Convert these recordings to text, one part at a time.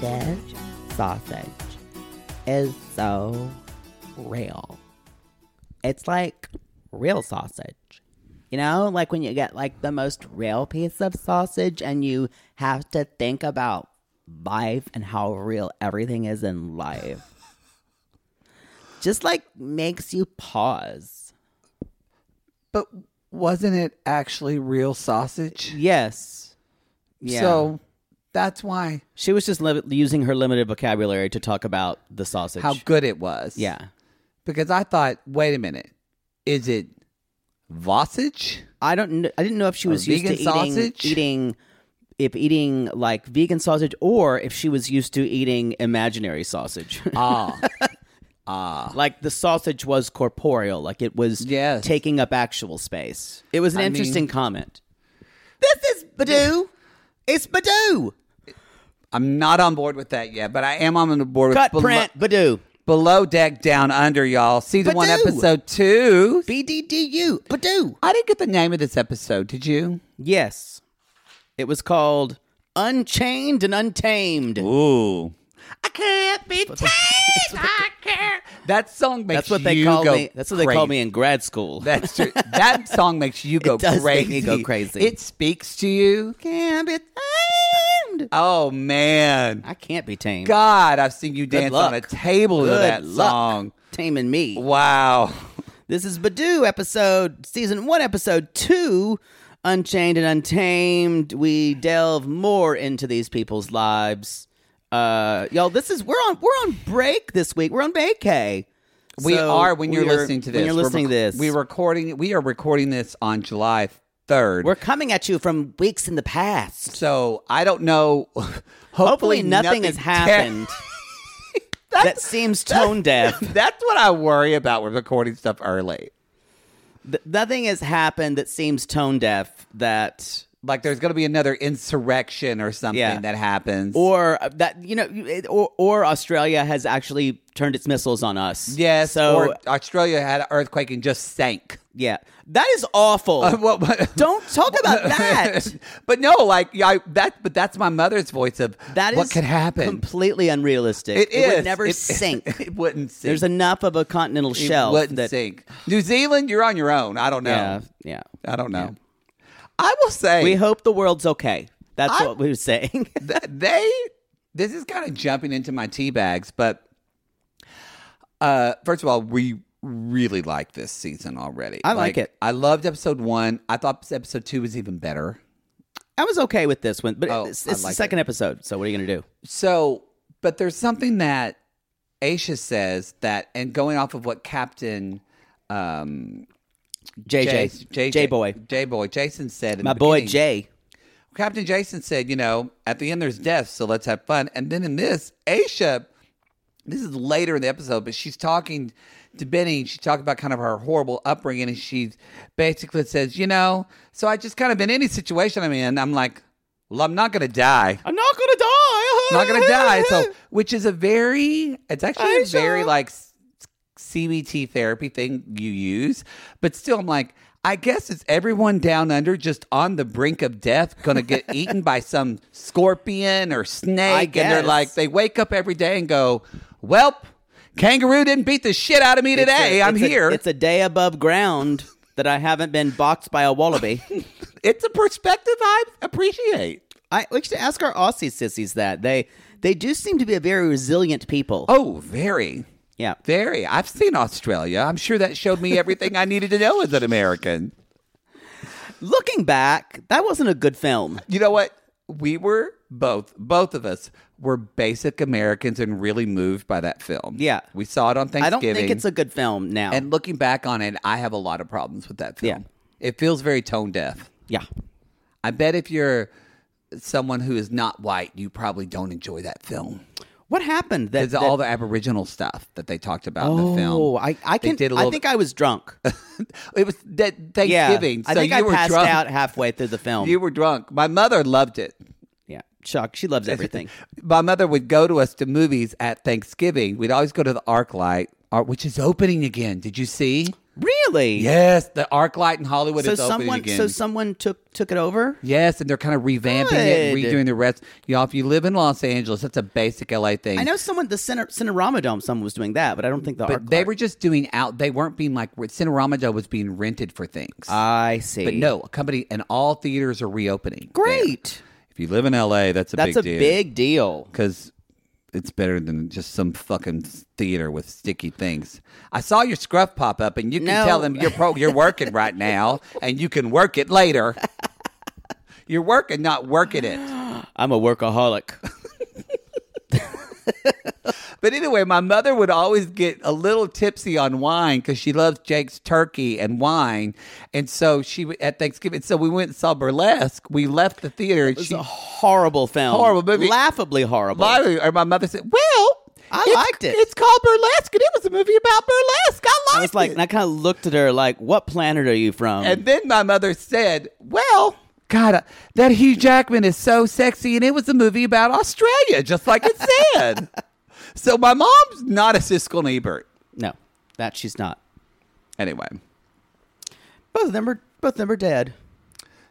This sausage is so real. It's like real sausage. You know, like when you get like the most real piece of sausage and you have to think about life and how real everything is in life. Just like makes you pause. But wasn't it actually real sausage? Yes. Yeah. So that's why She was just li- using her limited vocabulary to talk about the sausage. how good it was. Yeah. Because I thought, wait a minute, is it Vossage? I don't. Kn- I didn't know if she Or was used vegan to sausage? eating, eating, if eating like vegan sausage, or if she was used to eating imaginary sausage. Ah. like the sausage was corporeal, like it was Yes. taking up actual space. It was an I interesting mean- comment. This is Badoo. It's Badoo. I'm not on board with that yet, but I am on the board Cut with print, Badoo. below deck down under, y'all. Season one, Badoo. episode two. BDDU. Badoo. I didn't get the name of this episode, did you? Yes, it was called Unchained and Untamed. Ooh. I can't be tamed. I can't. That song makes That's what they you call go me. That's what they call crazy. me in grad school. That's true. that song makes you go does make crazy. me go crazy. It speaks to you. Can't be tamed. Oh man. I can't be tamed. God, I've seen you dance on a luck. table to Good that luck song. Taming me. Wow. This is Badoo episode, season one, episode two, Unchained and Untamed. We delve more into these people's lives. Uh, y'all, this is we're on we're on break this week. We're on vacay. We So are when you're we are- listening to this. When you're we're listening to rec- this, We're recording we are recording this on July 3rd. we're coming at you from weeks in the past. so I don't know. Hopefully, nothing, has ter- happened that seems tone deaf. That's what I worry about with recording stuff early. Th- nothing has happened that seems tone deaf. That Like there's going to be another insurrection or something Yeah. that happens. or uh, that you know you- it- or or australia has actually turned its missiles on us yes, so or Australia had an earthquake and just sank. yeah that is awful Uh, What- what- don't talk about that but no, like yeah, I, that. But that's my mother's voice of That is what could happen. completely unrealistic it is. would never It- sink It wouldn't sink. there's enough of a continental it shelf wouldn't that sink. New Zealand, you're on your own. I don't know. yeah yeah I don't know. I will say we hope the world's okay that's I- what we were saying th- they this is kind of jumping into my tea bags but uh first of all we really like this season already I like it. i loved episode one i thought episode two was even better i was okay with this one but Oh, it's, I it's like the second episode so what are you gonna do so but there's something that aisha says that and going off of what captain um jj J- boy j boy jason said in my the boy beginning, jay Captain Jason said, you know, at the end there's death, so let's have fun. And then in this, Aisha, this is later in the episode, but she's talking to Benny. She talked about kind of her horrible upbringing, and she basically says, you know, so I just kind of in any situation I'm in, I'm like, well, I'm not gonna die. i'm not gonna die I'm not gonna die. So, which is a very, it's actually a Aisha. very like s- CBT therapy thing you use, but still, I'm like, I guess it's everyone down under just on the brink of death, gonna get eaten by some scorpion or snake, and they're guess. like, they wake up every day and go, "Welp, kangaroo didn't beat the shit out of me It's a- today. I'm it's a- here." it's a day above ground that I haven't been boxed by a wallaby. it's a perspective I appreciate. I we should ask our Aussie sissies that they they do seem to be a very resilient people. Oh, very. yeah. Very. I've seen Australia. I'm sure that showed me everything I needed to know as an American. Looking back, that wasn't a good film. You know what? We were both, both of us were basic Americans and really moved by that film. Yeah. We saw it on Thanksgiving. I don't think it's a good film now. And looking back on it, I have a lot of problems with that film. It feels very tone deaf. yeah. I bet if you're someone who is not white, you probably don't enjoy that film. What happened? That, It's all the Aboriginal stuff that they talked about in the film. Oh, I, I They can. did a I little- think I was drunk. It was that yeah, Thanksgiving. I so think you I were passed drunk. out halfway through the film. You were drunk. My mother loved it. yeah, Chuck. She loves everything. My mother would go to us to movies at Thanksgiving. We'd always go to the Arc Light, uh, which is opening again. Did you see? really? Yes, the Arc Light in Hollywood So is opening someone. again. So someone took took it over. yes, and they're kind of revamping it, and Good. redoing the rest. Y'all, if you live in Los Angeles, that's a basic LA thing. I know someone. The Cine, Cinerama Dome. Someone was doing that, but I don't think the. but Arc they Light- were just doing out. They weren't being like Cinerama Joe was being rented for things. I see. but no, a company and all theaters are reopening. there. Great. If you live in LA, that's a That's big a deal. big deal. because it's better than just some fucking theater with sticky things. I saw your scruff pop up, and you can No. tell them you're pro- you're working right now, and you can work it later. You're working, not working it. I'm a workaholic. But anyway, my mother would always get a little tipsy on wine because she loves Jake's turkey and wine, and so she w- at Thanksgiving. So we went and saw burlesque. We left the theater. and she, horrible film. Horrible movie. Laughably horrible. My, or my mother said, "Well, I it's- liked it. It's called burlesque, and it was a movie about burlesque. I liked I was like, it." and I kind of looked at her like, "What planet are you from?" And then my mother said, "Well, God, uh, that Hugh Jackman is so sexy, and it was a movie about Australia, just like it said." so my mom's not a Siskel and Ebert, no, that she's not. anyway. Both of them are both of them are dead.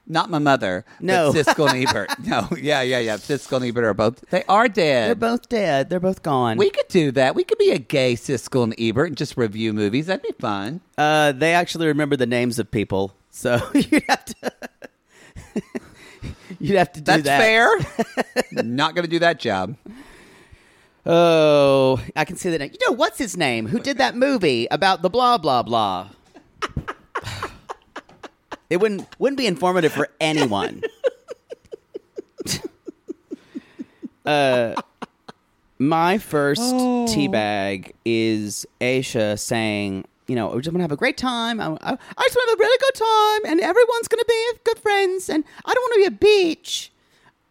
Not my mother. No. but Siskel and Ebert. No, yeah, yeah, yeah. Siskel and Ebert are both. They are They're dead. both dead. They're both gone. we could do that. We could be a gay Siskel and Ebert and just review movies. That'd be fun. uh, they actually remember the names of people, so you'd have to. you'd have to do That's that. fair. Not going to do that job. Oh, I can see that. now. You know what's his name? Who did that movie about the blah blah blah? it wouldn't wouldn't be informative for anyone. uh, Uh, my first tea teabag is Aisha saying, you know, we're just gonna have a great time. I, I, I just want to have a really good time, and everyone's gonna be good friends, and I don't want to be a bitch.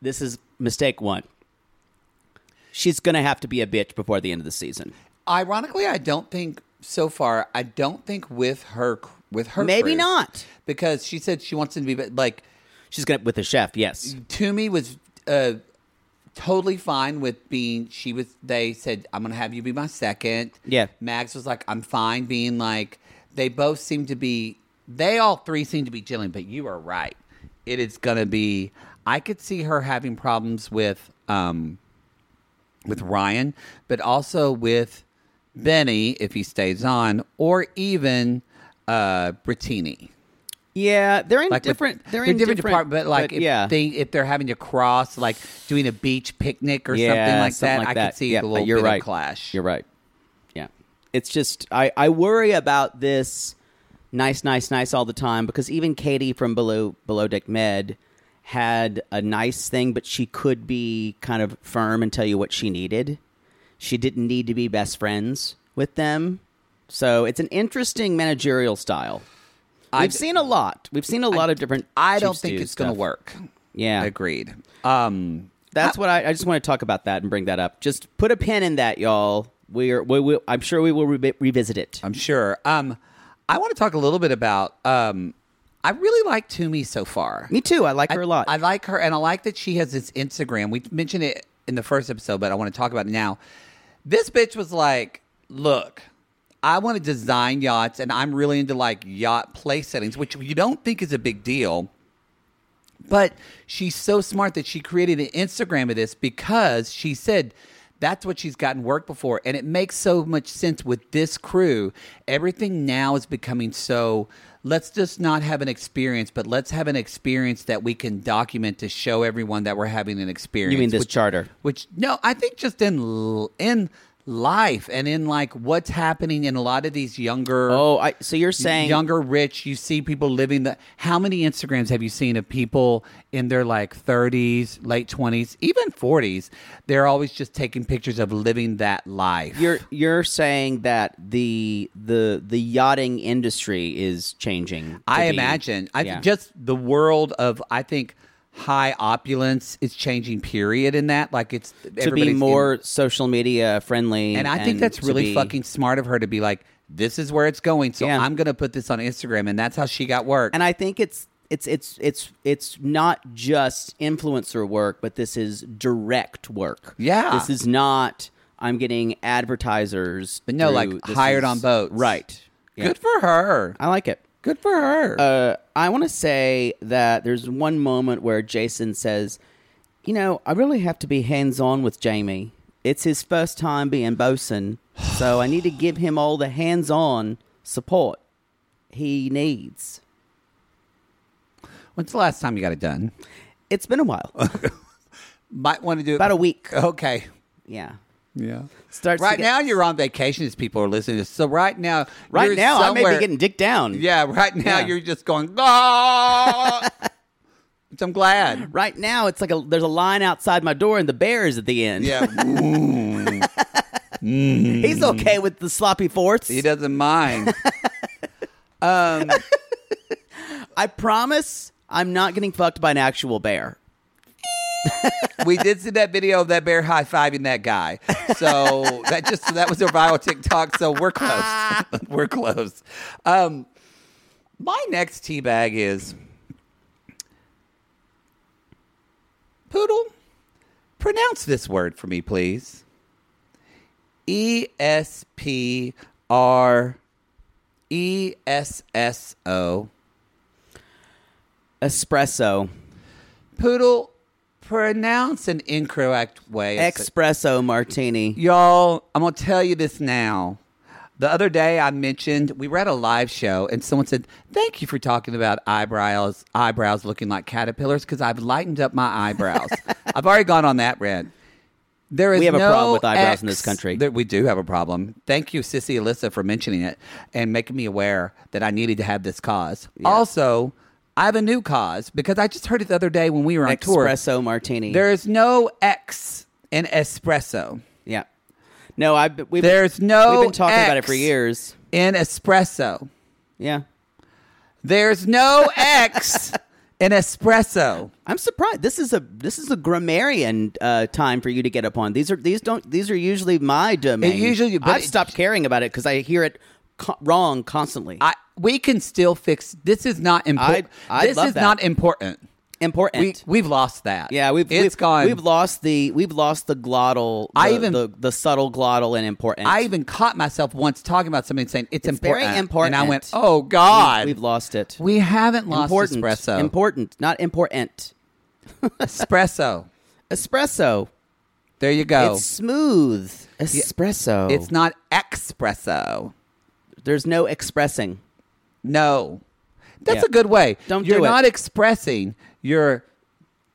This is mistake one she's gonna have to be a bitch before the end of the season. Ironically, I don't think so far. I don't think with her with her Maybe crew, not. because she said she wants him to be but, like She's gonna with the chef. Yes, Toomey was uh, totally fine with being. She was. They said I'm gonna have you be my second. Yeah. Max was like I'm fine being like. They both seem to be. They all three seem to be chilling. But you are right. It is gonna be. I could see her having problems with um with Ryan, but also with Benny if he stays on, or even uh Brittini. yeah, they're in Like with- different. They're, in different, different department, but like if yeah, they if they're having to cross, like doing a beach picnic or Yeah, something like something that, I could see Yeah, a but little you're bit right. of clash. You're right. Yeah, it's just I I worry about this nice nice nice all the time because even Katie from below below deck med had a nice thing, but she could be kind of firm and tell you what she needed. She didn't need to be best friends with them. So it's an interesting managerial style. We've I've- seen a lot. We've seen a lot of different. I don't Chiefs think do it's going to stuff. work. Yeah, Agreed. Um, that's what I, I just want to talk about that and bring that up. Just put a pin in that, y'all. We're we, we, I'm sure we will re- revisit it. I'm sure. Um, I want to talk a little bit about. Um, I really like Toomey so far. Me too. I like her a lot. I, I like her, and I like that she has this Instagram. We mentioned it in the first episode, but I want to talk about it now. This bitch was like, "Look, I want to design yachts, and I'm really into like yacht play settings, which you don't think is a big deal." But she's so smart that she created an Instagram of this because she said that's what she's gotten work before. And it makes so much sense with this crew. Everything now is becoming so let's just not have an experience, but let's have an experience that we can document to show everyone that we're having an experience. You mean this which- charter? which no i think just in l- in life and in like what's happening in a lot of these younger Oh, I, so you're saying younger rich you see people living the how many instagrams have you seen of people in their like 30s late 20s even 40s they're always just taking pictures of living that life you're you're saying that the the the yachting industry is changing. to I be- imagine. I yeah. think just the world of I think high opulence is changing. Period. In that, like it's to be more social media friendly, and I think that's to really be- fucking smart of her to be like, this is where it's going, so Yeah. I'm gonna put this on Instagram, and that's how she got work. And I think it's it's it's it's it's not just influencer work, but this is direct work. Yeah. this is not. I'm getting advertisers, But no, like, through- this hired is- on boats. right? Yeah. Good for her. I like it. Good for her. uh, I want to say that there's one moment where Jason says, "You know, I really have to be hands on with Jamie. It's his first time being bosun, so I need to give him all the hands on support he needs." When's the last time you got it done? It's been a while, Might want to do it about a week. Okay. Yeah, Yeah. starts to Right get- now you're on vacation as people are listening to this. So right now Right you're now, I may be somewhere- getting dick down. Yeah, right now Yeah. you're just going, "Ah!" Which I'm glad. Right now, it's like a there's a line outside my door, and the bear is at the end. Yeah. he's okay with the sloppy fourths. he doesn't mind. I promise, I'm not getting fucked by an actual bear. we did see that video of that bear high fiving that guy. So that just that was a viral TikTok. So we're close. we're close. Um, my next tea bag is poodle. Pronounce this word for me, please. E S P R E S S O. Espresso. Poodle. Pronounce an incorrect way. of sa- espresso martini. Y'all, I'm gonna tell you this now. The other day I mentioned we were at a live show and someone said, Thank you for talking about eyebrows eyebrows looking like caterpillars because I've lightened up my eyebrows. I've already gone on that rant. There is We have a no problem with eyebrows in this ex- country. There- we do have a problem. Thank you, Sissy Alyssa, for mentioning it and making me aware that I needed to have this cause. Also, I have a new cause because I just heard it the other day when we were on tour. Espresso martini. There is no X in espresso. yeah. No, I have we've There's no we've been talking about it X. for years. in espresso. Yeah. There's no X in espresso. I'm surprised. This is a this is a grammarian uh, time for you to get upon. These are these don't these are usually my domain. usually- but I've it- stopped caring about it because I hear it co- wrong constantly. I we can still fix. This is not important. I- I This love is that. not important. Important. We we've lost that. yeah, we've it's we've, gone. We've lost the we've lost the glottal. The, I even- the, the subtle glottal and important. I even caught myself once talking about something and saying it's, It's very important. And I important. went, oh God, We've- we've lost it. We haven't lost important espresso. Important, not important. espresso. Espresso. There you go. It's smooth. Espresso. Oh. It's not espresso. There's no expressing. No, that's Yeah. a good way. Don't You're do it. not expressing. You're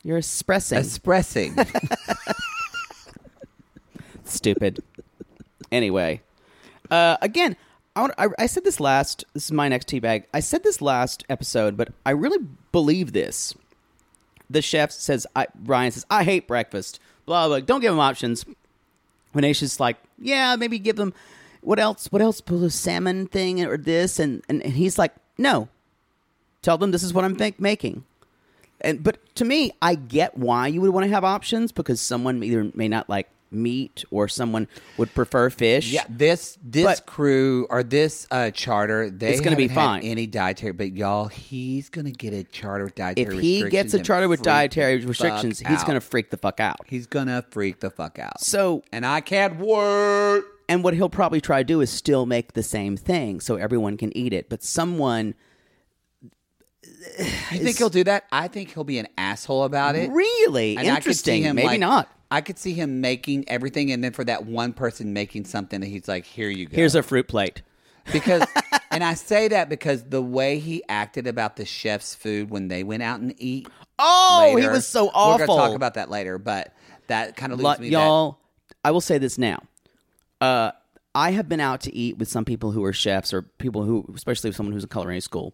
You're expressing. expressing. Stupid. anyway, uh, again, I, want, I, I said this last. This is my next teabag. I said this last episode, but I really believe this. The chef says, I, Ryan says, I hate breakfast. Blah blah. Don't give him options. Venetia's like, yeah, maybe give them what else? What else? Pull a salmon thing or this, and, and and he's like, no. Tell them this is what I'm think- making. And but to me, I get why you would want to have options because someone either may not like meat or someone would prefer fish. Yeah, this this But- crew or this uh, charter, they It's gonna be haven't had fine. Any dietary, but y'all, he's gonna get a charter with dietary. if he gets a restrictions charter and with freak dietary the restrictions, fuck he's out. going to freak the fuck out. he's gonna freak the fuck out. So, and I can't work. and what he'll probably try to do is still make the same thing so everyone can eat it, but someone You think he'll do that? I think he'll be an asshole about it. really And I could see interesting, him, maybe like- not. I could see him making everything, and then for that one person making something, and he's like, "Here you go." Here's a fruit plate. because and I say that because the way he acted about the chef's food when they went out and eat. Oh, he later- was so We're awful. gonna talk about that later, but that kind of leaves Lot- me. that- y'all, I will say this now. Uh, I have been out to eat with some people who are chefs or people who, especially with someone who's in culinary school.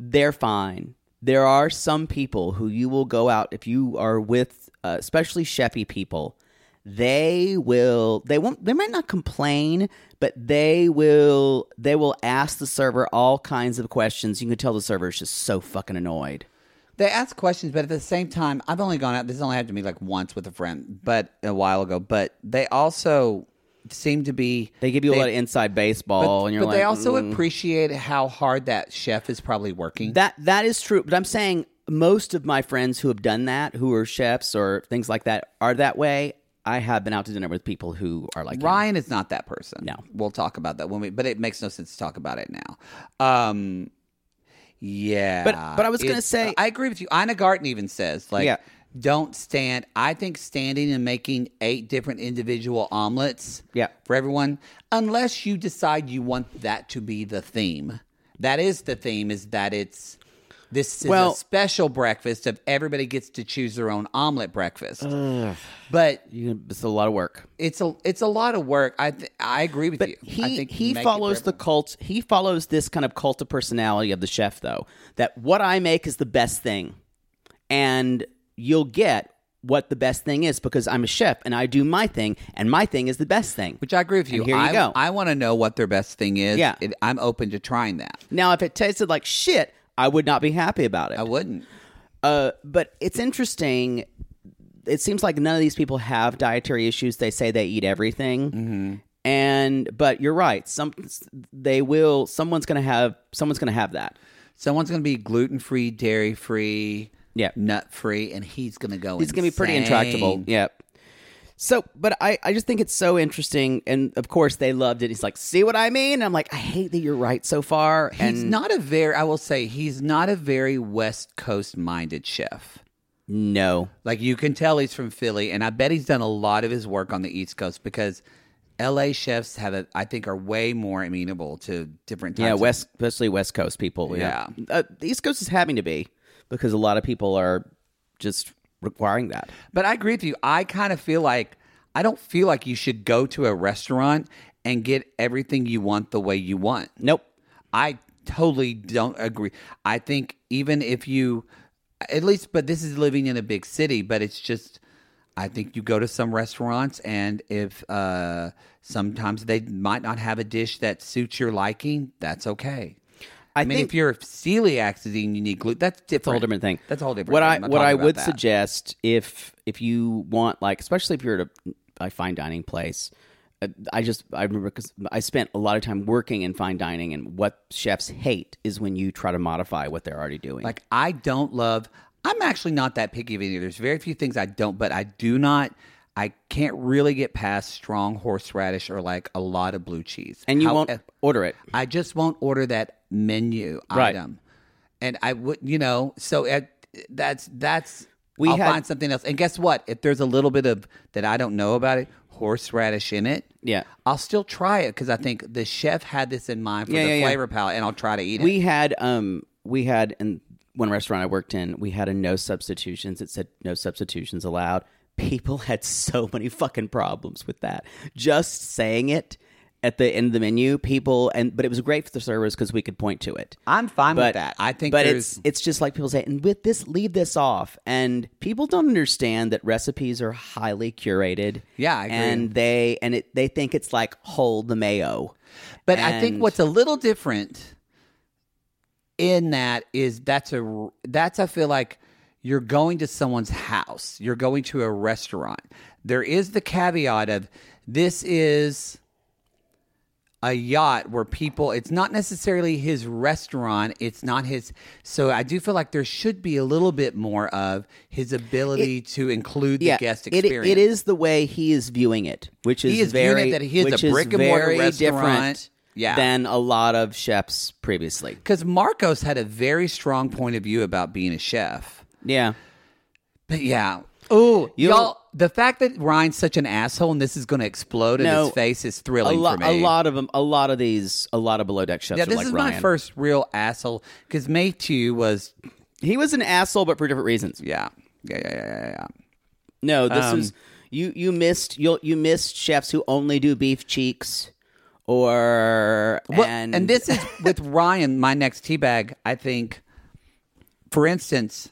They're fine. There are some people who you will go out if you are with, uh, especially chefy people. They will. They won't. They might not complain, but they will. They will ask the server all kinds of questions. You can tell the server is just so fucking annoyed. They ask questions, but at the same time, I've only gone out. This has only happened to me like once with a friend, but a while ago. But they also seem to be. They give you a lot of inside baseball, and you're but like, they also "Mm." appreciate how hard that chef is probably working. That that is true, but I'm saying most of my friends who have done that, who are chefs or things like that, are that way. I have been out to dinner with people who are like him. Ryan is not that person. No. we'll talk about that when we. But it makes no sense to talk about it now. Um, yeah, But- but I was gonna It's- say- I agree with you. Ina Garten even says like, Yeah. don't stand. I think standing and making eight different individual omelets. Yeah. for everyone, unless you decide you want that to be the theme. That is the theme. Is that it's. This is Well- a special breakfast of everybody gets to choose their own omelet breakfast. But You, it's a lot of work. it's a it's a lot of work. I th- I agree with But you. I he think he make it follows the relevant. cult. He follows this kind of cult of personality of the chef, though. That what I make is the best thing, and you'll get what the best thing is because I'm a chef and I do my thing, and my thing is the best thing. which I agree with you. And here you I, go. I want to know what their best thing is. Yeah. It- I'm open to trying that. now, if it tasted like shit, I would not be happy about it. I wouldn't. Uh, but it's interesting. It seems like none of these people have dietary issues. They say they eat everything, Mm-hmm. and but you're right. Some they will. Someone's gonna have. Someone's gonna have that. Someone's going to be gluten free, dairy free, Yeah. nut free, and he's going to go. It's gonna be pretty Oh, insane. intractable. Yeah. So, but I, I just think it's so interesting, and of course they loved it. He's like, see what I mean? And I'm like, I hate that you're right so far. He's and not a very. I will say he's not a very West Coast minded chef. no, Like you can tell he's from Philly, and I bet he's done a lot of his work on the East Coast because L.A. chefs have, a, I think, are way more amenable to different types. yeah, of- West, especially West Coast people. Yeah, Uh, the East Coast is having to be because a lot of people are just requiring that. But I agree with you. I kind of feel like I don't feel like you should go to a restaurant and get everything you want the way you want. Nope. I totally don't agree. I think even if you, at least, but this is living in a big city, but it's just, I think you go to some restaurants and if uh, sometimes they might not have a dish that suits your liking, that's okay. I, mean, think- if you're celiac disease and you need gluten, that's different. It's a whole different thing. That's a whole different. What thing. I I'm not what talking I about would that. suggest if if you want like especially if you're at a, a fine dining place, uh, I just I remember because I spent a lot of time working in fine dining, and what chefs hate is when you try to modify what they're already doing. Like I don't love. I'm actually not that picky of any. There's very few things I don't, but I do not. I can't really get past strong horseradish or like a lot of blue cheese. and you How- e- won't order it. I just won't order that menu Right. item. And I would, you know, so at, that's that's. We I'll had- find something else. And guess what? If there's a little bit of that I don't know about it, horseradish in it, Yeah. I'll still try it because I think the chef had this in mind for Yeah, the yeah, yeah. flavor palette, and I'll try to eat it. We had um we had in one restaurant I worked in, we had a no substitutions. It said no substitutions allowed. People had so many fucking problems with that. Just saying it at the end of the menu, people and but it was great for the servers because we could point to it. I'm fine but with that. I think, but there's, it's it's just like people say, and with this, leave this off. And people don't understand that recipes are highly curated. Yeah, I agree. And they and it they think it's like hold the mayo. But I think And- what's a little different in that is that's a that's I feel like you're going to someone's house. You're going to a restaurant. There is the caveat of this is a yacht where people it's not necessarily his restaurant it's not his so i do feel like there should be a little bit more of his ability to include the guest it- experience It is the way he is viewing it, which is, He is viewing it very that he is a which brick and mortar very restaurant. different Yeah. than a lot of chefs previously. because marcos had a very strong point of view about being a chef Yeah, But yeah, Ooh, You- y'all! The fact that Ryan's such an asshole and this is going to explode in No. his face is a, thrilling lo- for me. a lot of them, a lot of these, a lot of below deck shows. Yeah, are this like is Ryan. my first real asshole because May two was He was an asshole, but for different reasons. yeah yeah yeah yeah yeah. yeah. No, this Um, is you. You missed you. You missed chefs who only do beef cheeks, or Well, and, and, this is with Ryan, my next teabag. I think, for instance,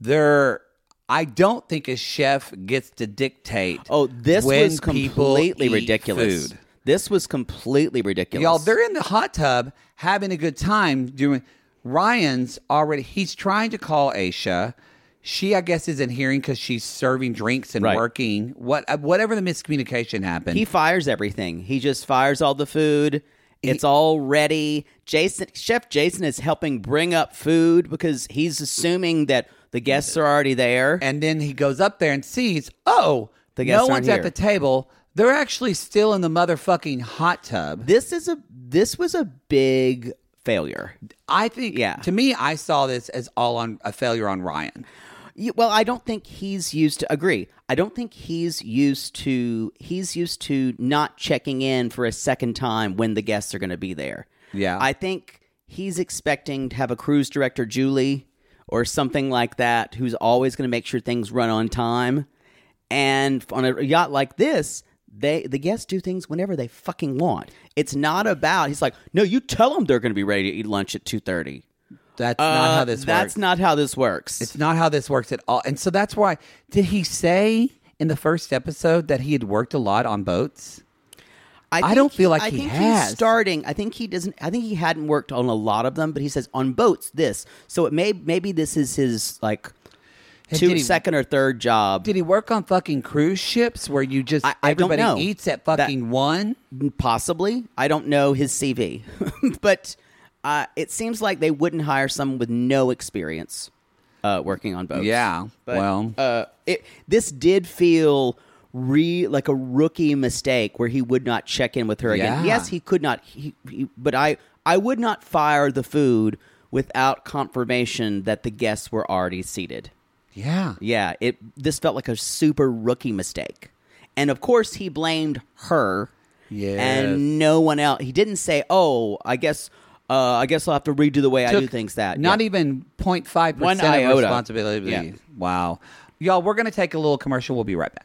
there. I don't think a chef gets to dictate. Oh, this when was people completely eat ridiculous. food. This was completely ridiculous. Y'all, they're in the hot tub having a good time doing. Ryan's already. He's trying to call Aisha. She, I guess, isn't hearing because she's serving drinks and Right. working. What, uh, whatever the miscommunication happened. He fires everything. He just fires all the food. It's all ready. Jason, Chef Jason is helping bring up food because he's assuming that the guests are already there. And then he goes up there and sees, oh, The guests no aren't one's here. at the table. They're actually still in the motherfucking hot tub. this is a this was a big failure. I think, Yeah. to me, I saw this as all on a failure on Ryan. You- Well, I don't think he's used to agree. I don't think he's used to he's used to not checking in for a second time when the guests are going to be there. Yeah. I think he's expecting to have a cruise director Julie or something like that who's always going to make sure things run on time. And on a yacht like this, they the guests do things whenever they fucking want. It's not about he's like, "No, you tell them they're going to be ready to eat lunch at 2:30." That's not how Uh, this That's works. not how this works. It's not how this works at all. And so that's why, did he say in the first episode that he had worked a lot on boats? I think don't feel like I he think has. He's starting, I think he doesn't. I think he hadn't worked on a lot of them, but he says on boats this. So it may maybe this is his like And two did he- second or third job, Did he work on fucking cruise ships where you just I- I don't everybody know. eats at That- fucking one? possibly. I don't know his CV, but uh, it seems like they wouldn't hire someone with no experience uh, working on boats. Yeah. But, well, uh, it this did feel re like a rookie mistake where he would not check in with her again. Yeah. Yes, he could not. He, he, but I I would not fire the food without confirmation that the guests were already seated. yeah. Yeah, it this felt like a super rookie mistake, and of course he blamed her. Yes. and no one else. He didn't say, "Oh, I guess." Uh, I guess I'll have to redo the way I do took things that not Yeah. even 0.5 One percent of iota. responsibility. Yeah. Wow, y'all, we're gonna take a little commercial. We'll be right back.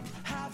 Have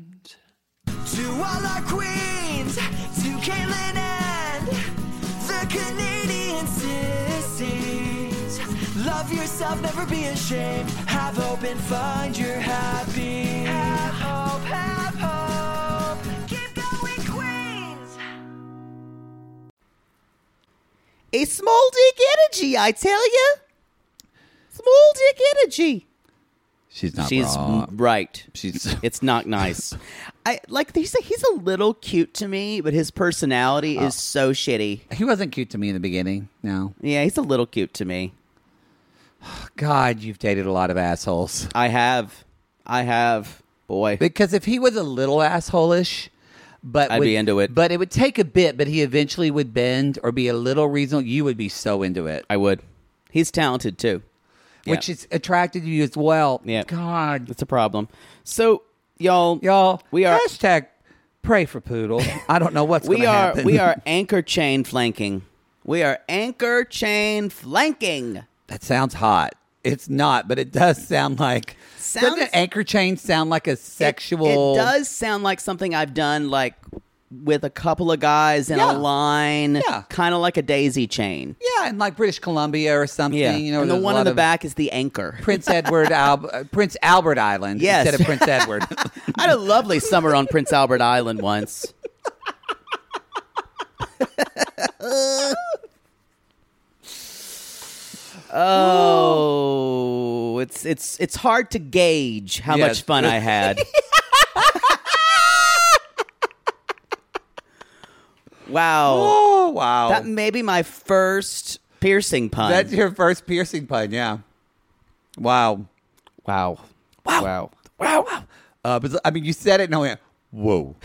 To all our queens, to Caitlin and the Canadian sissies. Love yourself, never be ashamed. Have hope and find your happy. Have hope, have hope. Keep going, Queens. A small dick energy, I tell you. Small dick energy. She's not She's wrong. right. She's It's not nice. I like he's a, he's a little cute to me, but his personality is so Oh. shitty. He wasn't cute to me in the beginning. No. Yeah, he's a little cute to me. God, you've dated a lot of assholes. I have, I have, boy. Because if he was a little assholeish, but I'd would- be into it. But it would take a bit, but he eventually would bend or be a little reasonable. You would be so into it, I would. He's talented too. which is attracted you as well. Yeah. God, That's a problem. So, y'all, y'all, we are hashtag pray for poodle. I don't know what's we gonna are happen. we are anchor chain flanking. We are anchor chain flanking. That sounds hot. It's not, but it does sound like. Sounds- doesn't anchor chain sound like a sexual? It does sound like something I've done, like with a couple of guys in a Yeah. line. Yeah. kind of like a daisy chain. Yeah, in like British Columbia or something. You know, and the there's a one lot in the of back is the anchor. Prince Edward, Al- uh, Prince Albert Island Yes. instead of Prince Edward. I had a lovely summer on Prince Albert Island once. oh, it's it's it's hard to gauge how Yes. much fun I had. wow, oh wow, that may be my first piercing pun. that's your first piercing pun, yeah. Wow, wow, wow, wow! wow, wow. Uh, but I mean, you said it, and I went, "Whoa!"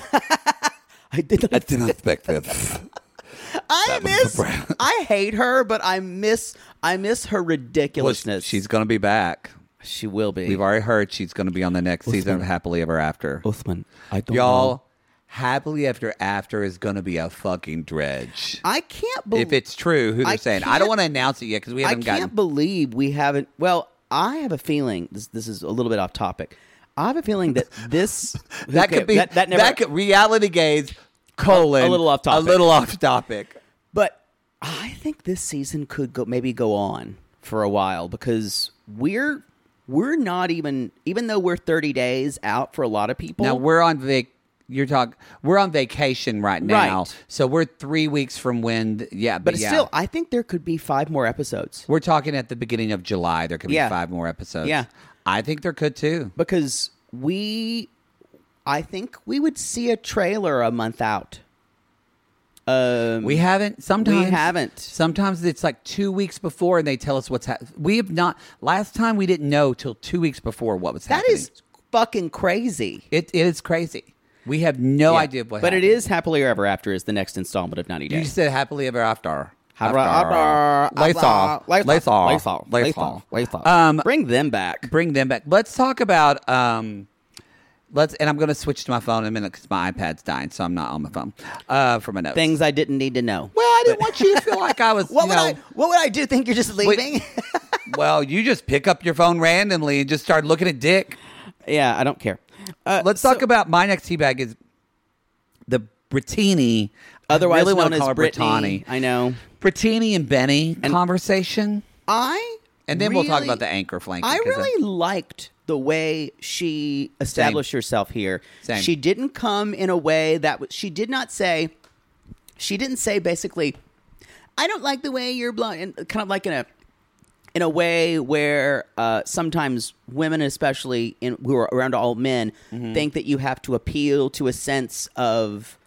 I did not did not expect this. I miss. I hate her, but I miss. I miss her ridiculousness. she's going to be back. She will be. We've already heard she's going to be on the next season of Happily Ever After. Uthman. I don't Y'all, know. Happily Ever After is going to be a fucking dredge. I can't believe if it's true, who they're I saying. I can't- don't want to announce it yet because we I haven't can't gotten. believe we haven't. Well, I have a feeling. This this is a little bit off topic. I have a feeling that this that okay, could be that, that never. could, reality gaze colon A little off A topic. little off topic. but I think this season could go maybe go on for a while because we're we're not even even though we're thirty days out for a lot of people. Now we're on vac. You're talking. We're on vacation right now, Right. so we're three weeks from when. th- Yeah, but, but yeah. still, I think there could be five more episodes. we're talking at the beginning of July. There could be Yeah. five more episodes. Yeah. I think there could too. because we i think we would see a trailer a month out Um, We haven't. Sometimes haven't. Sometimes it's like two weeks before, and they tell us what's happening. We have not. Last time we didn't know till two weeks before what was that happening. is fucking crazy. it. It is crazy. We have no Yeah. idea Oh, what. But happened. it is happily ever after is the next installment of 90 You days. said happily ever after. Happily ever after. Lathal. Lathal. Lathal. Lathal. Lathal. Um, Bring them back. bring them back. Let's talk about um let's and I'm going to switch to my phone in a minute cuz my iPad's dying so I'm not on my phone. Uh for my notes. Things I didn't need to know. Well, I didn't want you to feel like I was What you would know, I? What would I do? Think you're just wait- leaving? well, you just pick up your phone randomly and just start looking at dick. yeah, I don't care. Uh, Let's talk about my next tea bag is the Brittini. I Otherwise really known want to call as her Brittany. Brittani. I know. Brittini and Benny conversation. I And then we'll talk really- about the anchor flank. I because really liked the way she established herself here. Same. She didn't come in a way that was, she did not say. She didn't say basically, "I don't like the way you're blonde," and kind of like in a in a way where uh, sometimes women, especially in who are around all men, Mm-hmm. think that you have to appeal to a sense of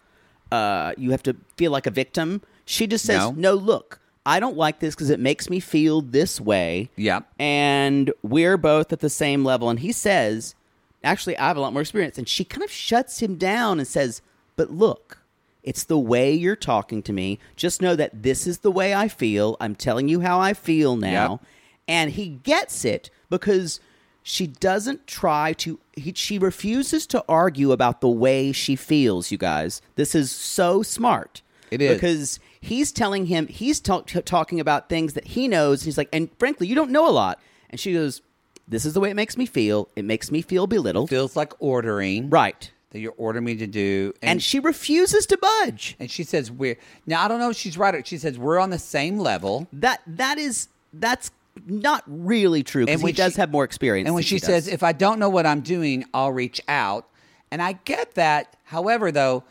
uh, you have to feel like a victim. She just says, No. "No, look." I don't like this because it makes me feel this way Yep. and we're both at the same level. And he says, actually, I have a lot more experience. And she kind of shuts him down and says, but look, it's the way you're talking to me. Just know that this is the way I feel. I'm telling you how I feel now. Yep. And he gets it because she doesn't try to, he, she refuses to argue about the way she feels, you guys. This is so smart. It is. Because because he's telling him he's talk, t- talking about things that he knows. He's like, and frankly, you don't know a lot. And she goes, "This is the way it makes me feel. It makes me feel belittled." feels like ordering. right. That you're ordering me to do And, she refuses to budge. And she says we're now. I don't know if she's right. Or, she says we're on the same level. That that is that's not really true And because when he does she- have more experience. And when than she, does. says, "If I don't know what I'm doing, I'll reach out," and I get that. However, though,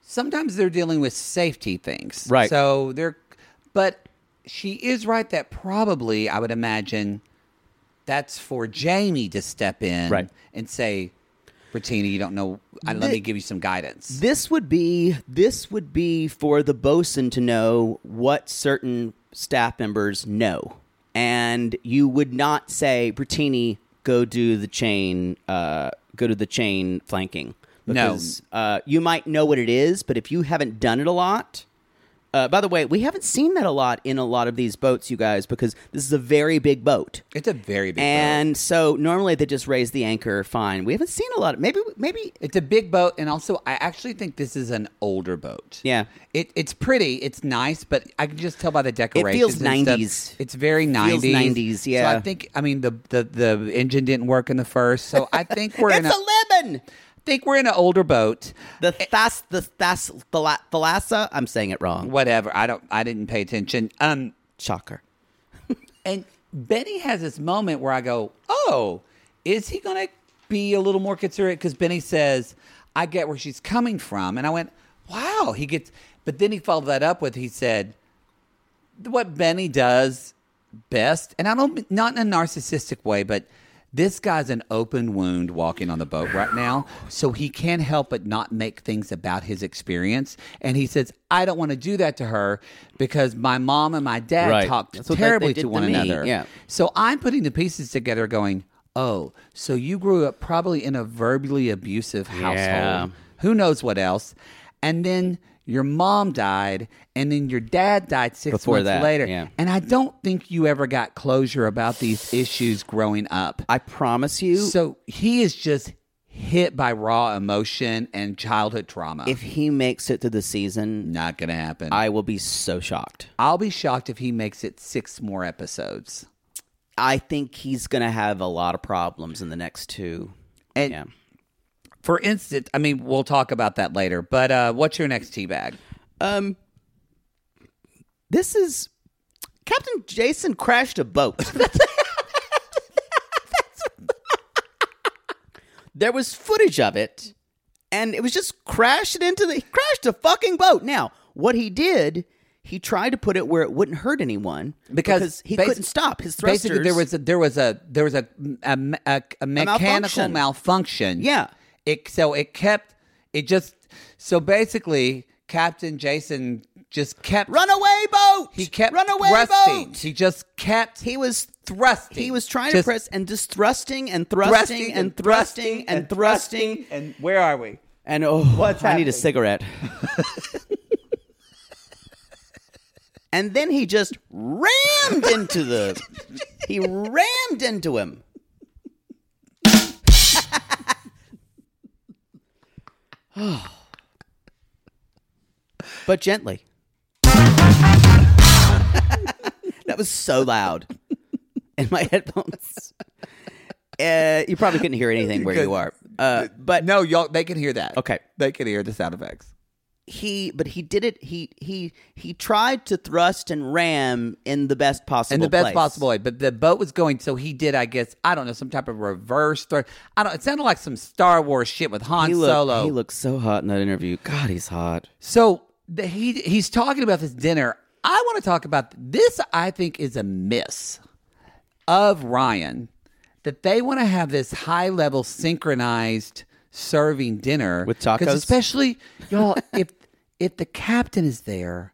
sometimes they're dealing with safety things, Right. So they're, but she is right that probably I would imagine that's for Jamie to step in, Right. and say, "Bertina, you don't know. I, let The- me give you some guidance." This would be this would be for the bosun to know what certain staff members know, and you would not say Bertini go do the chain uh, go to the chain flanking No. because uh, you might know what it is, but if you haven't done it a lot. Uh, by the way, we haven't seen that a lot in a lot of these boats, you guys, because this is a very big boat. it's a very big boat. And so normally they just raise the anchor. Fine. We haven't seen a lot. Of, maybe, maybe It's a big boat, and also I actually think this is an older boat. Yeah. it, it's pretty, it's nice, but I can just tell by the decorations. and stuff, 90s. It's very Feels nineties. 90s, yeah. So I think I mean the, the the engine didn't work in the first, so I think we're in a, it's a lemon. I think we're in an older boat. The thas the thas thala- thalassa. I'm saying it wrong. Whatever. I don't. I didn't pay attention. Um, Shocker. and Benny has this moment where I go, "Oh, is he going to be a little more considerate?" Because Benny says, "I get where she's coming from," and I went, "Wow, he gets." But then he followed that up with, "He said." what Benny does best, and I don't not in a narcissistic way, but this guy's an open wound walking on the boat right now, so he can't help but not make things about his experience. And he says, "I don't want to do that to her because my mom and my dad Right. talked That's what they- they terribly did to to one me, another." yeah. So I'm putting the pieces together, going, "Oh, so you grew up probably in a verbally abusive household." Yeah. who knows what else. And then your mom died, and then your dad died six Before months that, later. yeah. And I don't think you ever got closure about these issues growing up. I promise you, so he is just hit by raw emotion and childhood trauma. if he makes it through the season, Not gonna happen. I, I will be so shocked. I'll be shocked if he makes it six more episodes. I think he's gonna have a lot of problems in the next two. And yeah. for instance, I mean, we'll talk about that later. But uh, what's your next tea bag? Um, this is Captain Jason crashed a boat. there was footage of it, and it was just crashing into the. He crashed a fucking boat. Now, what he did, he tried to put it where it wouldn't hurt anyone Because he basi- couldn't stop his thrusters. Basically, there was a, there was a there was a a, a- a mechanical malfunction. Yeah. It so it kept it just so basically Captain Jason just kept Runaway boat. He kept runaway thrusting. boat. He just kept He was thrusting. He was trying Just to press and just thrusting and thrusting and thrusting and thrusting And where are we? and oh, What's I need a happening? cigarette. and then he just rammed into the. He rammed into him. but gently. that was so loud in my headphones. Uh, you probably couldn't hear anything where you are. Uh, but No, y'all. They can hear that. Okay. they can hear the sound effects. he but he did it he he he tried to thrust and ram in the best possible in the best place. possible way. But the boat was going, so he did. I guess I don't know some type of reverse thrust. I don't. It sounded like some Star Wars shit with Han he looked, Solo. he looked so hot in that interview god he's hot So the, he he's talking about this dinner. I want to talk about this. I think is a miss of Ryan that they want to have this high level synchronized serving dinner With 'Cause tacos? especially y'all. if if the captain is there,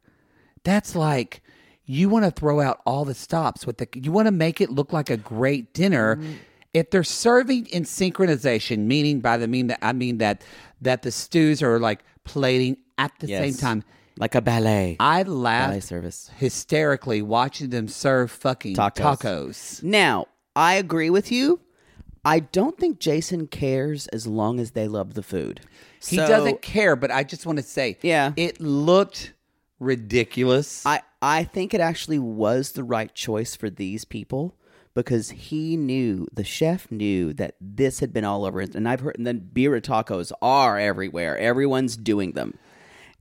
that's like. You want to throw out all the stops with the. You want to make it look like a great dinner. Mm-hmm. If they're serving in synchronization, meaning by the mean that I mean that that the stews are like plating at the Yes. same time. like a ballet I ballet laughed service hysterically watching them serve fucking Tacos. tacos. now i agree with you i don't think jason cares as long as they love the food He So, doesn't care, but I just want to say, Yeah. it looked ridiculous. i i think it actually was the right choice for these people because he knew the chef knew that this had been all over it. and i've heard and then beer tacos are everywhere everyone's doing them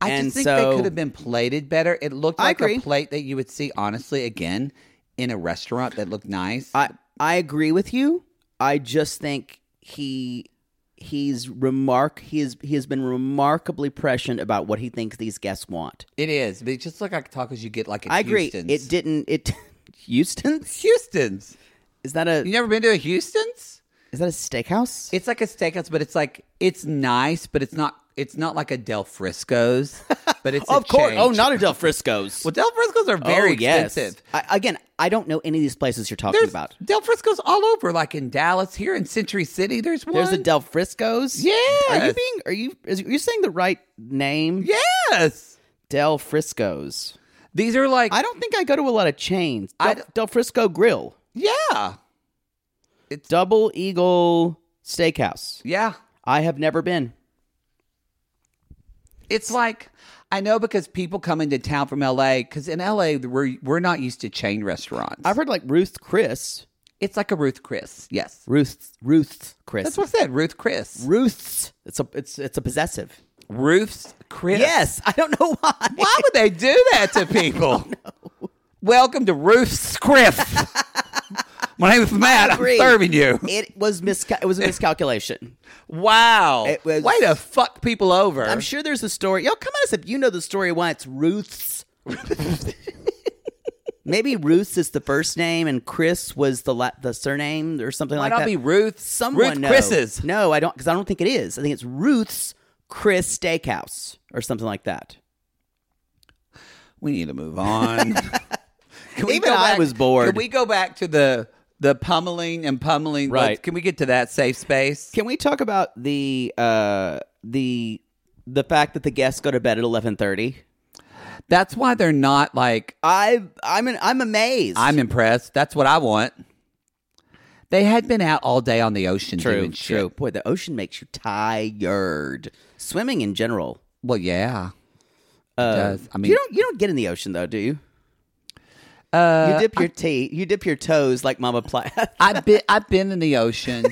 I and just think so- they could have been plated better. It looked I like agree. a plate that you would see, honestly, again in a restaurant that looked nice. I I agree with you. I just think he he's remark he is he has been remarkably prescient about what he thinks these guests want. it is, but it just looked like tacos you get like at I agree. Houston's. It didn't it Houston's? Houston's. Is that You a never been to a Houston's? is that a steakhouse? It's like a steakhouse, but it's like it's nice, but it's not. It's not like a Del Frisco's, but it's of a course. change. Oh, not a Del Frisco's. Well, Del Frisco's are oh, very yes. expensive. I, again, I don't know any of these places you're talking There's about. Del Frisco's all over, like in Dallas, here in Century City. There's one. There's a Del Frisco's. Are you Yes. being? Are you? Is, are you saying the right name? Yes, Del Frisco's. these are like I don't think I go to a lot of chains. I Del, don't- Del Frisco Grill, Yeah, Double Eagle Steakhouse. yeah. I have never been. It's like I know because people come into town from LA because in LA we're we're not used to chain restaurants. I've heard like Ruth Chris, it's like a Ruth Chris. Yes, Ruth Ruth Chris. that's what I said. Ruth Chris. Ruth's. It's a it's it's a possessive. Ruth's Chris. Yes, I don't know why. Why would they do that to people? Welcome to Ruth's Criff. My name is Matt. I'm Agree. serving you. It was misca- It was a miscalculation. Wow. It was- Way to fuck people over. I'm sure there's a story. Y'all come at us if you know the story why it's Ruth's. Maybe Ruth's is the first name and Chris was the la- the surname or something Might like not that. be Ruth. Someone Ruth no. Chris's. No, I don't because I don't think it is. I think it's Ruth's Chris Steakhouse or something like that. We need to move on. Can we Even go I was bored. Can we go back to the the pummeling and pummeling? Right. Let's- can we get to that safe space? Can we talk about the uh the the fact that the guests go to bed at eleven thirty? That's why they're not like I I'm an, I'm amazed. I'm impressed. That's what I want. They had been out all day on the ocean true. doing shit. True. Boy, the ocean makes you tired. Swimming in general. Well, yeah. Uh, does. I mean- you don't you don't get in the ocean though, do you? Uh, you dip your tea, you dip your toes like Mama Platt. I've been I've been in the ocean,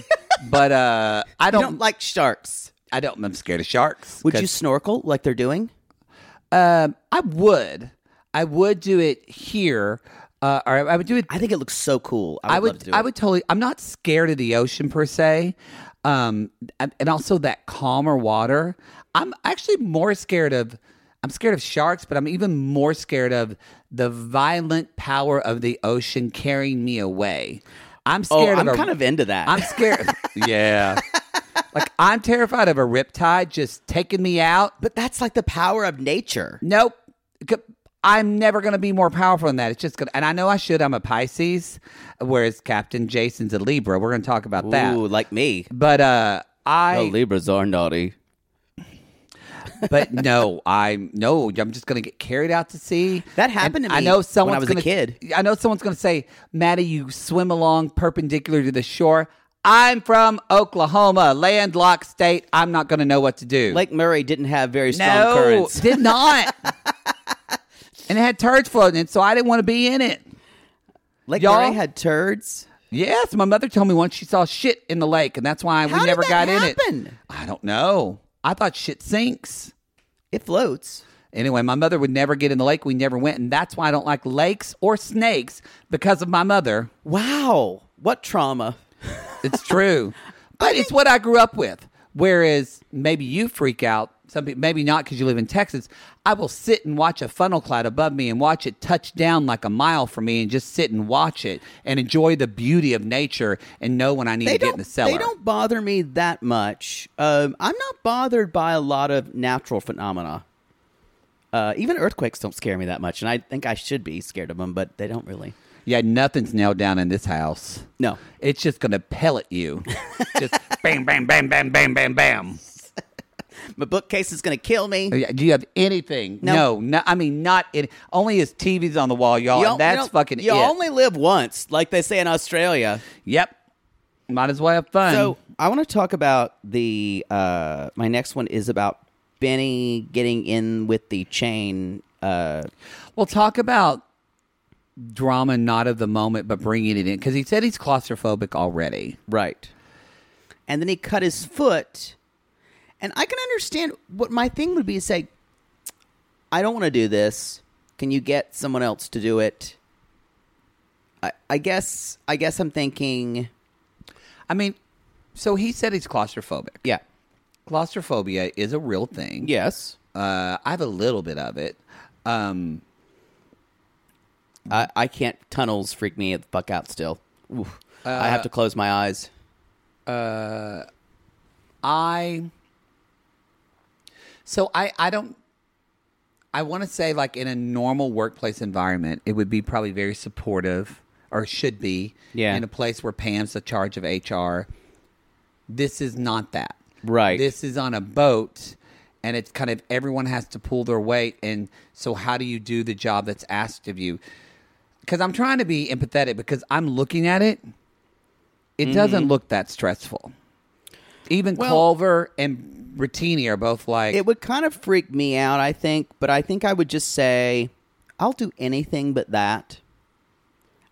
but uh, I I don't, don't like sharks. I don't. I'm scared of sharks. Would you 'cause, snorkel like they're doing? Um, I would. I would do it here, uh, or I would do it. I think it looks so cool. I would. I love to would. do I it. would totally. I'm not scared of the ocean per se, um, and and also that calmer water. I'm actually more scared of. I'm scared of sharks, but I'm even more scared of the violent power of the ocean carrying me away. I'm Oh, scared. I'm of a- kind of into that. I'm scared. yeah. like I'm terrified of a riptide just taking me out. But that's like the power of nature. Nope. C- I'm never going to be more powerful than that. It's just going to, and I know I should. I'm a Pisces, whereas Captain Jason's a Libra. We're going to talk about that. Ooh, like me. But uh, I, The Libras are naughty. but no, I'm no. I'm just going to get carried out to sea. That And happened to me I know when someone's I was a gonna, kid. I know someone's going to say, "Maddie, you swim along perpendicular to the shore." I'm from Oklahoma, landlocked state. I'm not going to know what to do. Lake Murray didn't have very strong no, currents. did not. and it had turds floating in, it, so I didn't want to be in it. Lake Y'all- Murray had turds. Yes, my mother told me once she saw shit in the lake, and that's why How we did never that got in it. happen? I don't know. I thought shit sinks. It floats. Anyway, my mother would never get in the lake. We never went, and that's why I don't like lakes or snakes because of my mother. Wow. What trauma. It's true, but it's what I grew up with. Whereas maybe you freak out. Some people, maybe not because you live in Texas. I will sit and watch a funnel cloud above me and watch it touch down like a mile from me, and just sit and watch it and enjoy the beauty of nature and know when I need to get in the cellar. They don't bother me that much. Um, I'm not bothered by a lot of natural phenomena. Uh, even earthquakes don't scare me that much, and I think I should be scared of them, but they don't really. Yeah, nothing's nailed down in this house. No. It's just going to pellet you. just bam, bam, bam, bam, bam, bam, bam. My bookcase is going to kill me. Yeah, Do you have anything? No. No, no I mean, not any. Only his TV's on the wall, y'all. You and don't- you that's don't- fucking You it. only live once, like they say in Australia. yep. Might as well have fun. So I want to talk about the. Uh, my next one is about Benny getting in with the chain. Uh, Well, talk about drama not of the moment, but bringing it in. Because he said he's claustrophobic already. Right. And then he cut his foot. And I can understand what my thing would be to say, I don't want to do this. Can you get someone else to do it? I, I guess I guess I'm thinking I mean, so he said he's claustrophobic. Yeah. Claustrophobia is a real thing. Yes. Uh, I have a little bit of it. Um, I, I can't tunnels freak me the fuck out still. Oof. I have to close my eyes. I so I I don't I want to say like in a normal workplace environment it would be probably very supportive or should be Yeah. in a place where Pam's the charge of HR this is not that Right. this is on a boat and it's kind of everyone has to pull their weight and so how do you do the job that's asked of you because I'm trying to be empathetic because I'm looking at it it Mm-hmm. doesn't look that stressful even Culver and Rattini are both like, It would kind of freak me out, I think, but I think I would just say I'll do anything but that.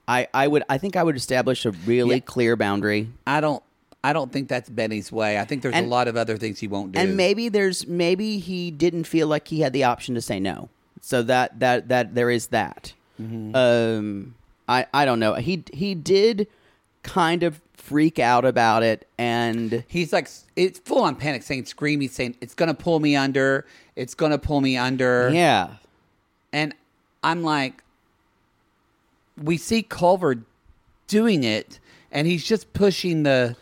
I, I would I think I would establish a really Yeah. clear boundary. I don't, I don't think that's Benny's way. I think there's And- a lot of other things he won't do. And maybe there's maybe he didn't feel like he had the option to say no. So that that that there is that. Mm-hmm. Um I I don't know. He he did kind of freak out about it and he's like, it's full on panic, saying, screaming, saying, it's gonna pull me under, it's gonna pull me under. yeah. And I'm like, we see Culver doing it, and he's just pushing the,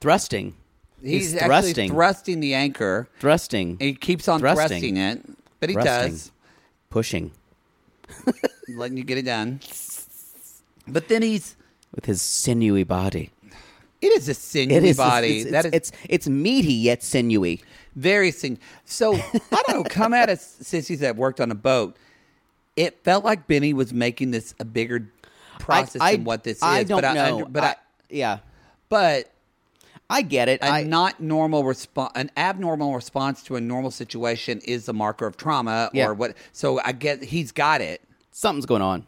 Thrusting. he's, He's, actually thrusting. thrusting the anchor. thrusting. He keeps on thrusting, Thrusting. it, but he Thrusting. does. pushing letting you get it done. But then he's with his sinewy body. it is a sinewy It is body. It's, it's, that is it's, it's meaty yet sinewy. very sinewy. So I don't know. Come at us, sissies that worked on a boat. It felt like Benny was making this a bigger process than what this I is. don't but know. I, under- but I, yeah, but I get it. a I not normal response, an abnormal response to a normal situation is a marker of trauma Yeah. or what. So I get he's got it. something's going on,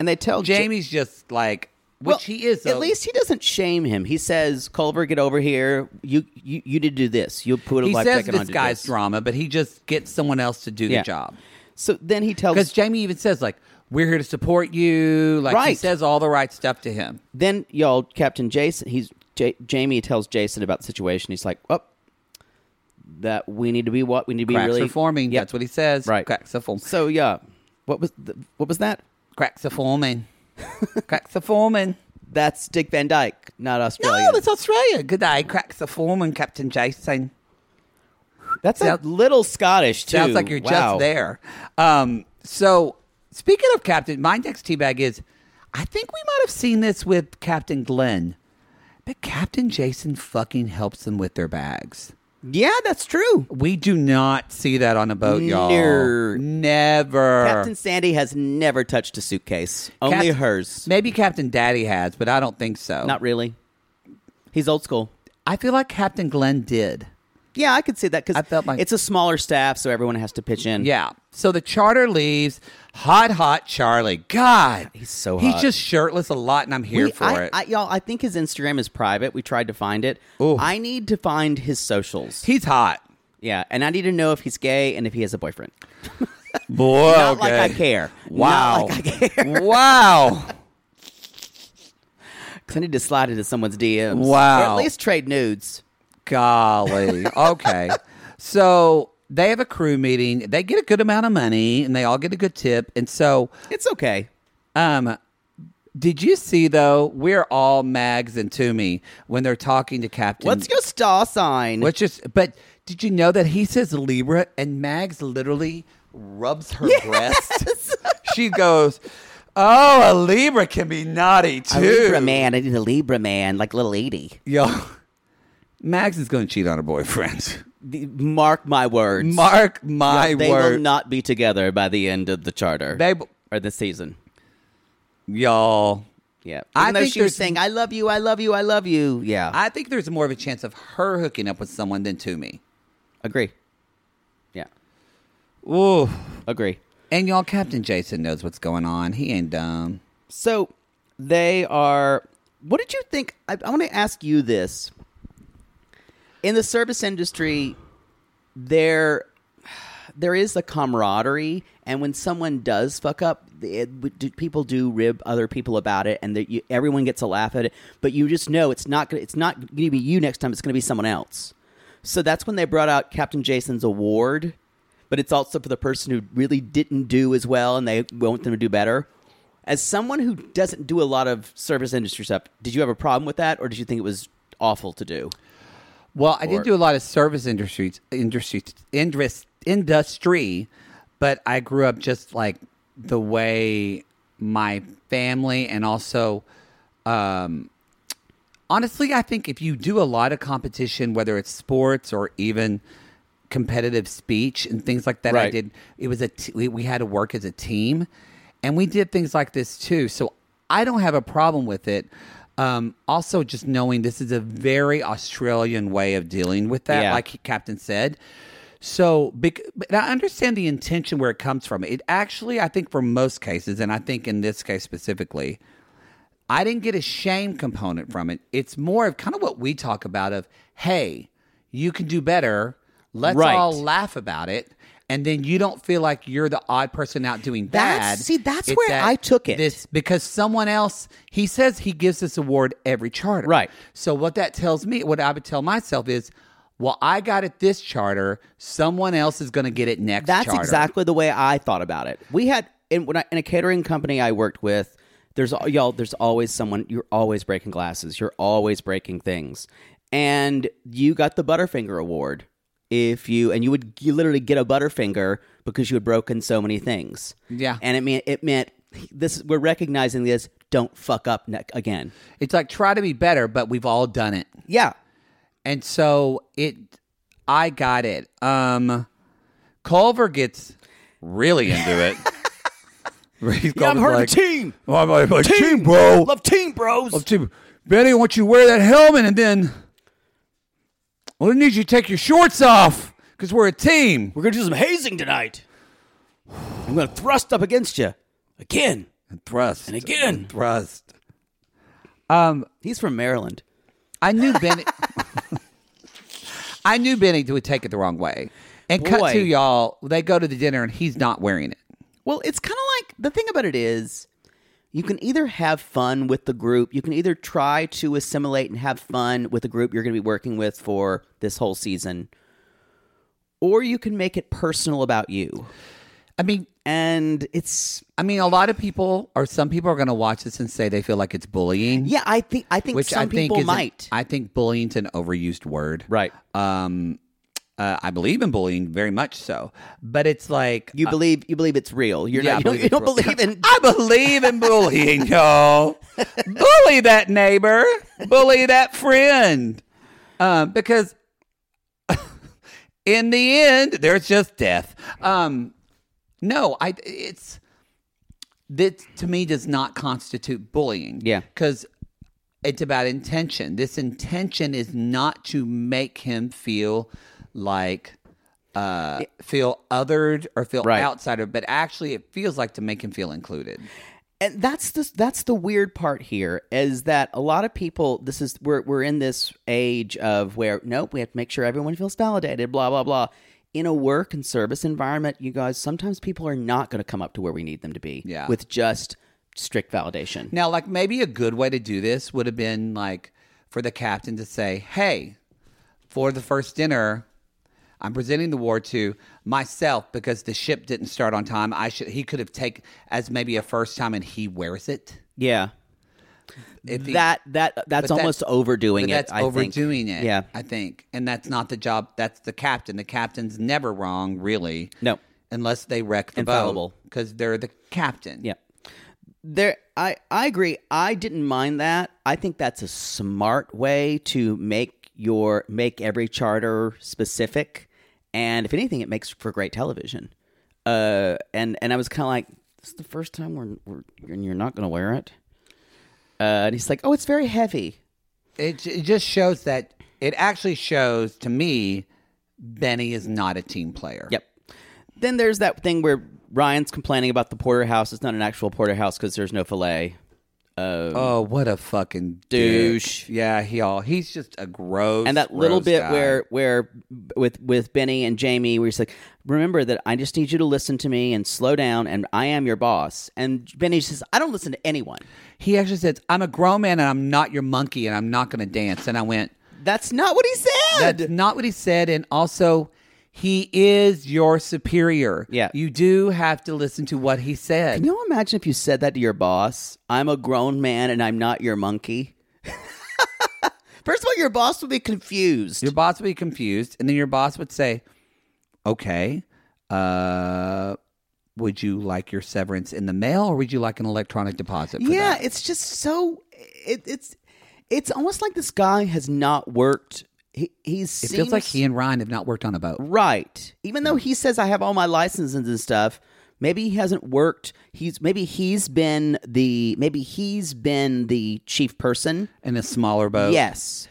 and they tell Ja- Jamie's just like, which Well, he is. At though. least he doesn't shame him. He says, "Culver, get over here. You you, you did do this. You put a he life says jacket on. this did guy's this." drama, but he just gets someone else to do Yeah. the job. So then he tells Because Jamie even says, like, we're here to support you. Like, he Right. says all the right stuff to him. then y'all captain jason he's J- jamie tells jason about the situation he's like oh that we need to be what we need to be Cracks really are forming. Yep. That's what he says. right Cracks are forming. so yeah what was the, what was that Cracks are forming. Cracks are forming. That's Dick Van Dyke, not Australian. No, it's Australia. Good day, cracks the foreman, Captain Jason. That's a Sounds- little Scottish too. Sounds like you're Wow. just there. Um, so, speaking of Captain, my next teabag is I think we might have seen this with Captain Glenn, but Captain Jason fucking helps them with their bags. Yeah, that's true. We do not see that on a boat, y'all. Near. Never. Captain Sandy has never touched a suitcase. Cap- Only hers. Maybe Captain Daddy has, but I don't think so. Not really. He's old school. I feel like Captain Glenn did. Yeah, I could see that because I felt like- it's a smaller staff, so everyone has to pitch in. Yeah. So the charter leaves. Hot, hot Charlie. God, He's so he's hot. just shirtless a lot, and I'm here We- for I, it. I, y'all, I think his Instagram is private. We tried to find it. Ooh. I need to find his socials. he's hot, yeah, and I need to know if he's gay and if he has a boyfriend. boy. Not like I care. Oh, Wow. Not like I care. wow. 'Cause I need to slide into someone's DMs. Or Wow. at least trade nudes. Golly. Okay. so they have a crew meeting. They get a good amount of money, and they all get a good tip. And so, It's okay. um. Did you see though? We're all Mags and Toomey when they're talking to Captain. What's your star sign? Which is, but did you know that he says Libra and Mags literally rubs her breast? she goes, Oh, a Libra can be naughty too. a Libra man. I need a Libra man, like little Edie. Yo, Mags is going to cheat on her boyfriend. The- Mark my words. Mark my they word. will not be together by the end of the charter They- or the season. Y'all, Yeah, Even I though think she was there's- saying, "I love you, I love you, I love you." Yeah, I think there's more of a chance of her hooking up with someone than Toomey. agree. Yeah, Ooh. agree. And y'all, Captain Jason knows what's going on. He ain't dumb. So they are. What did you think? I, I want to ask you this. In the service industry, there there is a camaraderie, and when someone does fuck up, it, do, people do rib other people about it, and that you, everyone gets a laugh at it. But you just know it's not gonna, it's not going to be you next time. It's going to be someone else. So that's when they brought out Captain Jason's award, but it's also for the person who really didn't do as well, and they want them to do better. As someone who doesn't do a lot of service industry stuff, did you have a problem with that, or did you think it was awful to do? Well, I or- did do a lot of service industries, industry, industry, industry, but I grew up just like the way my family and also, um, honestly, I think if you do a lot of competition, whether it's sports or even competitive speech and things like that, I Right. did. It was a t- we, we had to work as a team, and we did things like this too. So I don't have a problem with it. Um, also, just knowing this is a very Australian way of dealing with that, Yeah. like Captain said. So, bec- but I understand the intention where it comes from. It actually, I think, for most cases, and I think in this case specifically, I didn't get a shame component from it. It's more of kind of what we talk about of, hey, you can do better. Let's Right. all laugh about it. And then you don't feel like you're the odd person out doing That's- bad. see, that's where I took it. This because someone else he says he gives this award every charter. Right. So what that tells me, what I would tell myself is, well, I got it this charter. Someone else is going to get it next. That's charter. exactly the way I thought about it. We had in when I, in a catering company I worked with. There's al- y'all. There's always someone. You're always breaking glasses. You're always breaking things. And you got the Butterfinger Award if you and you would you literally get a Butterfinger because you had broken so many things. Yeah. And it meant it meant this. We're recognizing this. Don't fuck up ne- again. It's like try to be better, but we've all done it. Yeah. And so it I got it. Um Culver gets really into it. He's Yeah, I'm Culver's hurt like, of team. "Oh, I'm like, like, team, bro. Love team bros. Love team. Benny, I want you to wear that helmet and then well, I need you to take your shorts off because we're a team. We're gonna do some hazing tonight. I'm gonna thrust up against you again. And thrust. And again. thrust. Um, He's from Maryland. I knew Benny. I knew Benny would take it the wrong way. And cut Boy. to y'all, they go to the dinner and he's not wearing it. Well, it's kind of like the thing about it is you can either have fun with the group, you can either try to assimilate and have fun with the group you're going to be working with for this whole season, or you can make it personal about you. I mean, and it's I mean, a lot of people or some people are going to watch this and say they feel like it's bullying. yeah. I think I think which some I think people is might. I think bullying's an overused word. right. Um, uh, I believe in bullying very much so, but it's like You believe you believe it's real. You're Yeah, I not, you don't, believe you it's don't real. believe in. I believe in bullying, y'all. Bully that neighbor. Bully that friend. Uh, Um, because in the end, there's just death. Um, no, I it's that to me does not constitute bullying. Yeah. Because it's about intention. This intention is not to make him feel like uh, feel othered or feel Right. outsider, but actually it feels like to make him feel included. and that's the that's the weird part here is that a lot of people this is we're we're in this age of where nope we have to make sure everyone feels validated blah blah blah in a work and service environment you guys sometimes people are not going to come up to where we need them to be Yeah. with just strict validation Now, like maybe a good way to do this would have been like for the captain to say, "Hey, for the first dinner, I'm presenting the war to myself because the ship didn't start on time. I should he could have taken as maybe a first time and he wears it. yeah If he- that that that's but almost overdoing but it That's I think. overdoing it. yeah I think, and that's not the job. That's the captain. The captain's never wrong, really. No. unless they wreck the Infallible. because they're the captain. Yeah. There I I agree. I didn't mind that. I think that's a smart way to make your make every charter specific and if anything it makes for great television. Uh and and I was kind of like this is the first time we're, we're and you're not going to wear it. Uh and he's like, "Oh, it's very heavy." It, j- it just shows that it actually shows to me Benny is not a team player. Yep. Then there's that thing where Ryan's complaining about the porterhouse. It's not an actual porterhouse cuz there's no fillet. Oh, what a fucking Douche. dick. Yeah, he all he's just a gross and that little gross bit guy. where where with with Benny and Jamie, where he's like, "Remember that I just need you to listen to me and slow down, and I am your boss." And Benny says, "I don't listen to anyone." he actually says, "I'm a grown man and I'm not your monkey and I'm not going to dance." And I went, That's not what he said. That's not what he said. And also, he is your superior. Yeah. You do have to listen to what he said. Can you imagine if you said that to your boss? I'm a grown man, and I'm not your monkey. First of all, your boss would be confused. Your boss would be confused. And then your boss would say, okay, uh, would you like your severance in the mail or would you like an electronic deposit? For yeah that? it's just so it, it's it's almost like this guy has not worked. He, he's It feels like he and Ryan have not worked on a boat. Right. Even though he says I have all my licenses and stuff, maybe he hasn't worked. He's maybe he's been the maybe he's been the chief person. In a smaller boat. Yes.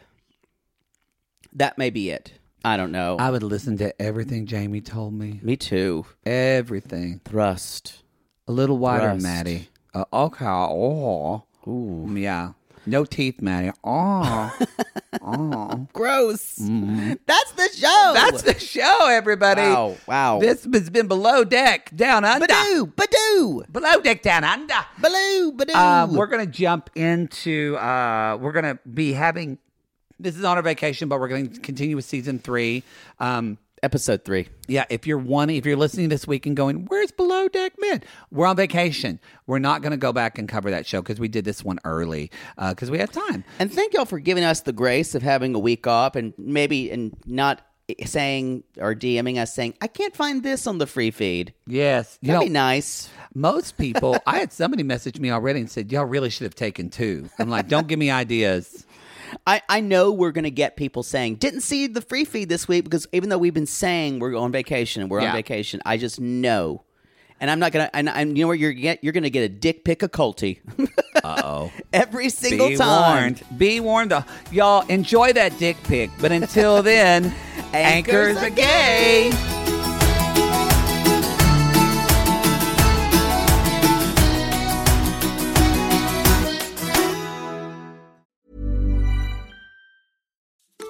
That may be it. I don't know. I would listen to everything Jamie told me. Me too. Everything. Thrust. A little wider, Thrust. Maddie. Uh, okay. Oh. Ooh. Yeah. No teeth, Maddie. Oh. Gross. That's the show. That's the show, everybody. Wow, wow. This has been Below Deck Down Under. Badoo, Badoo, Below Deck Down Under. Baloo, Badoo. Um, we're going to jump into, uh, we're going to be having, this is on our vacation, but we're going to continue with season three. Um, Episode three. yeah, if you're wanting, if you're listening this week and going, where's Below Deck Men? We're on vacation. We're not going to go back and cover that show because we did this one early because we had time. And thank y'all for giving us the grace of having a week off and maybe and not saying or DMing us saying, I can't find this on the free feed. Yes. You That'd know, be nice. Most people, I had somebody message me already and said, y'all really should have taken two. I'm like, don't give me ideas. I, I know we're going to get people saying, didn't see the free feed this week because even though we've been saying we're on vacation, we're Yeah. on vacation, I just know. And I'm not going to, and, and you know what? You're, get, you're going to get a dick pic of Colty. Uh oh. Every single Be time. warned. Be warned. Uh, Y'all enjoy that dick pic. But until then, anchors, Anchors are are gay.